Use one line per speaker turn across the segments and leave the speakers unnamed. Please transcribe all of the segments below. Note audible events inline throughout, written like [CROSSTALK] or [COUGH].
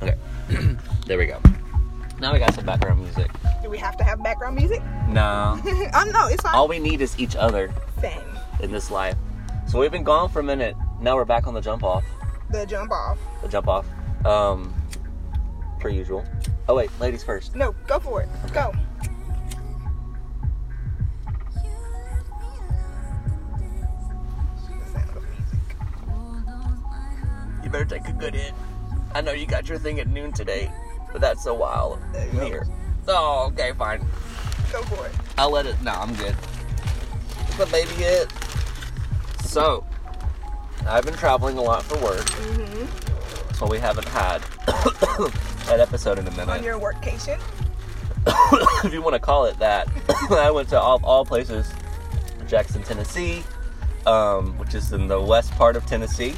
[CLEARS THROAT] There we go. Now we got some background music.
Do we have to have background music? [LAUGHS]
No.
oh no, it's fine.
All we need is each other
Same.
in this life. So we've been gone for a minute. Now we're back on the jump off.
The jump off.
The jump off. Um, per usual. Oh wait, ladies first.
No, go for it. Go. The sound of music.
You better take a good hit. I know you got your thing at noon today, but that's a while
here.
Oh, okay, fine.
Go for it.
I'll let it. No, I'm good. But baby hit. So, I've been traveling a lot for work,
hmm
so we haven't had [COUGHS] an episode in a minute.
On your workcation.
[COUGHS] if you want to call it that, [COUGHS] I went to all, all places Jackson, Tennessee, um, which is in the west part of Tennessee.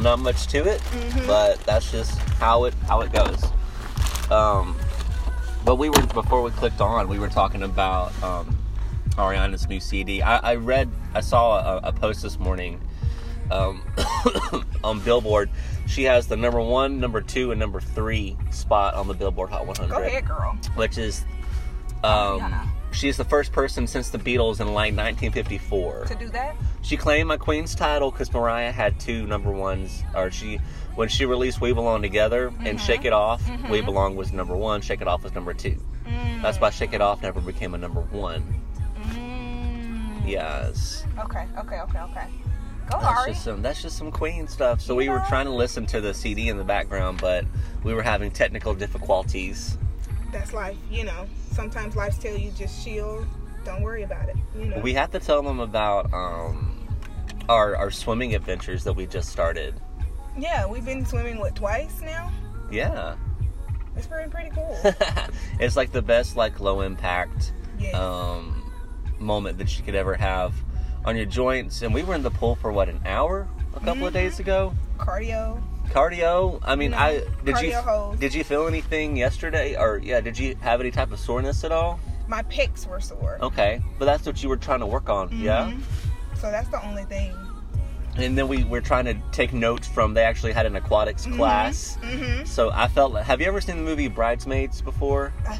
Not much to it,
Mhm.
but that's just how it how it goes. Um, but we were before we clicked on, we were talking about um, Ariana's new CD. I, I read, I saw a, a post this morning um, [COUGHS] on Billboard. She has the number one, number two, and number three spot on the Billboard Hot 100
Go ahead, girl.
which is
Rihanna.
um, she is the first person since the Beatles in like 1954.
To do that.
She claimed a Queen's title because Mariah had two number ones, or she when she released "We Belong Together"
Mm-hmm.
and "Shake It Off," "We Belong" was number one, "Shake It Off" was number two.
Mm.
That's why "Shake It Off" never became a number one.
Mm.
Yes,
Okay. Okay. Okay. Okay. Go,
that's
Ari.
just some that's just some Queen stuff. So we were
Yeah.
trying to listen to the CD in the background, but we were having technical difficulties.
That's life. You know. Sometimes life tell you just shield. Don't worry about it. You know.
We have to tell them about um, our our swimming adventures that we just started.
yeah, we've been swimming what twice now.
Yeah, [LAUGHS]
It's pretty pretty cool.
Um, it's like the best like low impact
Yeah.
um, moment that you could ever have on your joints. And we were in the pool for what an hour a couple of days ago.
Cardio.
Cardio. I mean,
No,
I did you
cardio holds.
did you feel anything yesterday or yeah? Did you have any type of soreness at all?
My pecs were sore.
Okay, but that's what you were trying to work on, yeah.
Mhm. So that's the only thing.
And then we were trying to take notes from. They actually had an aquatics class.
Mm-hmm.
So I felt. like- Have you ever seen the movie Bridesmaids before?
I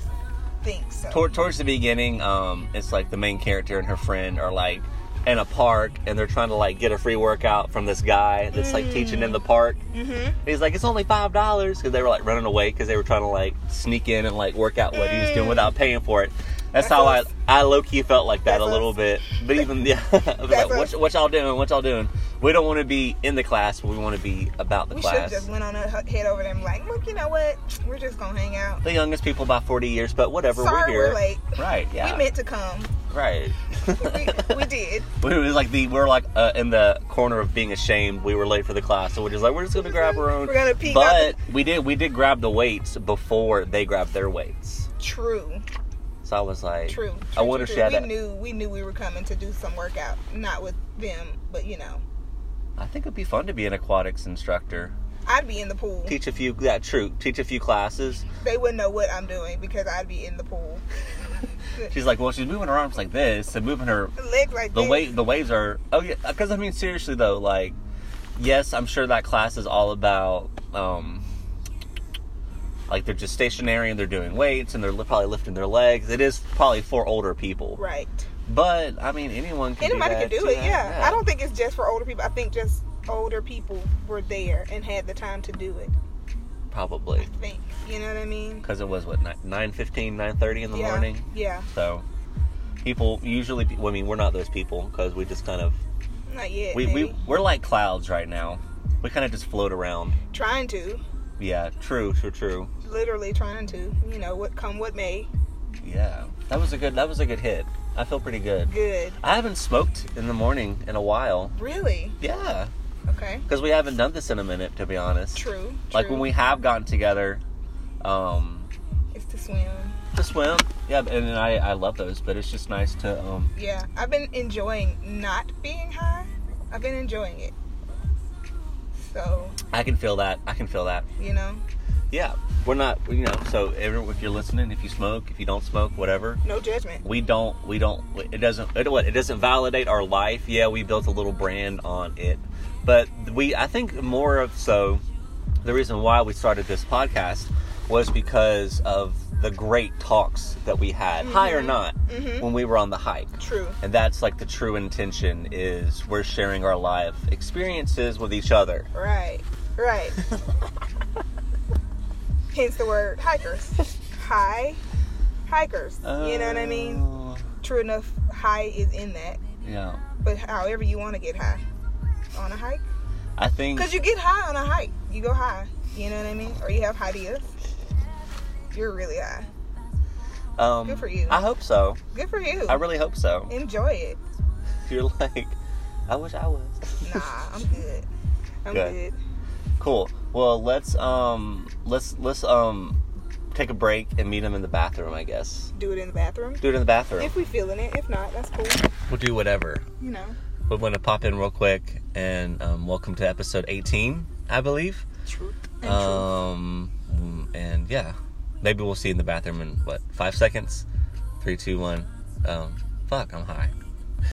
think so.
Tor- towards the beginning, um, it's like the main character and her friend are like in a park, and they're trying to like get a free workout from this guy that's like teaching in the park.
mm-hmm.
And he's like, "It's only five dollars," because they were like running away because they were trying to like sneak in and like work out what he was doing
Mm.
without paying for it. That's,
That's
how
us.
I I low key felt like that
That's
a little
us.
bit. But even [LAUGHS] yeah, I was like,
That's
what,
us.
what y'all doing? What y'all doing? We don't want to be in the class, but we want to be about the
We should
class.
have just went on a h- head over there and like, look, you know what? We're just gonna hang out.
the youngest people by 40 years, but whatever, we're
Sorry,
here.
we're late.
Right, yeah.
We meant to come.
right.
We,
[LAUGHS]
we did.
we were like the we're like uh, in the corner of being ashamed. We were late for the class, so we're just like we're just gonna grab our own.
We're gonna peek
but
out
we did we did grab the weights before they grabbed their weights.
True.
So I was like,
True.
I wonder
true,
if
true.
she had
we
that-
knew we knew we were coming to do some workout, not with them, but you know,
I think it'd be fun to be an aquatics instructor.
I'd be in the pool.
Teach a few yeah, true. Teach a few classes.
They wouldn't know what I'm doing because I'd be in the pool.
She's like, well, she's moving her arms like this and moving her
Legs like
the
this.
wave the waves are oh yeah because i mean seriously though like yes i'm sure that class is all about um like they're just stationary and they're doing weights and they're li- probably lifting their legs it is probably for older people
Right.
but i mean anyone can
Anybody
do
can
that,
do it. Yeah. I don't think it's just for older people. I think just older people were there and had the time to do it.
probably
I think. You know what I mean?
because it was what 9 15 9 30 in the
yeah.
morning
Yeah.
so people usually well, i mean we're not those people because we just kind of
Not yet.
we,
maybe.
we we're like clouds right now we kind of just float around
trying to.
yeah true true true
Literally trying to. You know, what come what may.
Yeah, that was a good. That was a good hit. I feel pretty good.
Good.
I haven't smoked in the morning in a while.
Really?
Yeah,
Okay.
because we haven't done this in a minute, to be honest.
True.
Like
true.
when we have gotten together, um,
It's to swim.
to swim. Yeah, and then I I love those, but it's just nice to um.
Yeah. I've been enjoying not being high. I've been enjoying it. So,
I can feel that. I can feel that.
you know,
Yeah, we're not. You know, so everyone, if you're listening, if you smoke, if you don't smoke, whatever.
no judgment.
We don't. We don't. It doesn't. It what? It doesn't validate our life. Yeah, we built a little brand on it, but we. I think more of so. The reason why we started this podcast was because of the great talks that we had, high or not,
Mhm.
when we were on the hike.
True.
And that's like the true intention is we're sharing our life experiences with each other.
Right.
[LAUGHS]
Right. Hence the word hikers. High hikers. you know what I mean?
Oh,
True enough, high is in that.
Yeah.
But however you want to get high. On a hike?
I think
Because you get high on a hike. You go high. You know what I mean? Or you have high dias. You're really high.
um
good for you.
I hope so.
Good for you.
I really hope so.
Enjoy it.
You're like I wish I was.
Nah, I'm good. I'm
Good.
good.
cool. Well, let's um let's let's um take a break and meet him in the bathroom, I guess.
Do it in the bathroom.
Do it in the bathroom.
If we feeling it. If not, that's cool.
we'll do whatever.
You know.
We're going to pop in real quick and um, welcome to episode 18, I believe.
Truth and truth.
Um, mm, and yeah, maybe we'll see you in the bathroom in what five seconds? Three, two, one. Um, fuck, I'm high.